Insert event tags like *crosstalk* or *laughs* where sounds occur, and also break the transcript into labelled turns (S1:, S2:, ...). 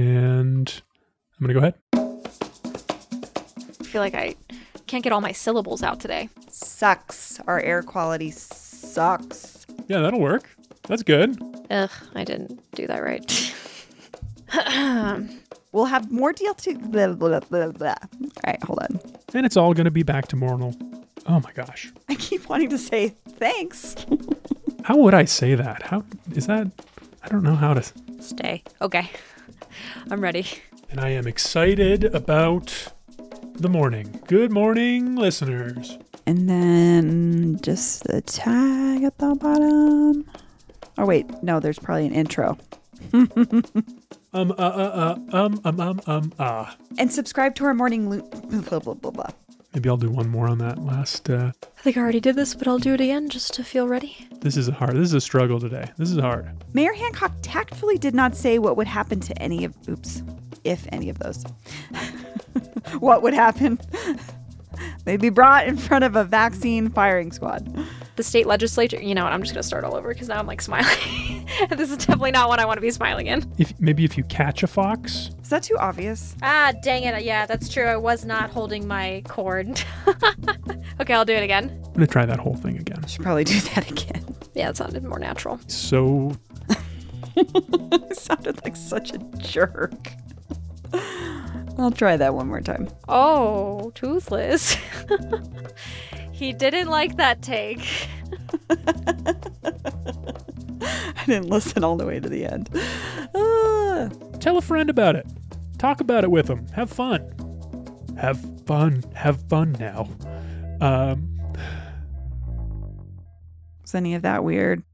S1: And I'm going to go ahead.
S2: I feel like I can't get all my syllables out today.
S3: Sucks. Our air quality sucks.
S1: Yeah, that'll work. That's good.
S2: Ugh, I didn't do that right. *laughs*
S3: We'll have more DLC. Blah, blah, blah, blah. All right, hold on. *laughs*
S1: And it's all going to be back to normal. Oh my gosh.
S3: I keep wanting to say thanks.
S1: How would I say that? How is that? I don't know how to. s-
S2: Stay. Okay. I'm ready.
S1: And I am excited about the morning. Good morning, listeners.
S3: And then just the tag at the bottom. Oh, wait. No, there's probably an intro.
S1: Um, uh, uh, uh, um, um, um, um, ah.
S3: And subscribe to our morning loop. Blah, blah, blah, blah.
S1: Maybe I'll do one more on that last. Uh,
S2: I think I already did this, but I'll do it again just to feel ready.
S1: this is a hard. This is a struggle today. This is hard.
S3: Mayor Hancock tactfully did not say what would happen to any of, oops, if any of those. *laughs* what would happen? *laughs* They'd be brought in front of a vaccine firing squad.
S2: The state legislature, you know what? I'm just going to start all over because now I'm like smiling. *laughs* this is definitely not what I want to be smiling in.
S1: If maybe if you catch a fox,
S3: Is that too obvious?
S2: Ah, dang it. Yeah, that's true. I was not holding my cord. *laughs* okay, I'll do it again.
S1: I'm gonna try that whole thing again.
S3: Should probably *laughs* do that again.
S2: Yeah, that sounded more natural.
S1: So
S3: I sounded like such a jerk. *laughs* I'll try that one more time. *laughs*
S2: Oh, toothless. *laughs* he didn't like that take.
S3: I didn't listen all the way to the end. Ah.
S1: tell a friend about it. Talk about it with them. Have fun. Have fun. Have fun now. Um,
S3: was any of that weird?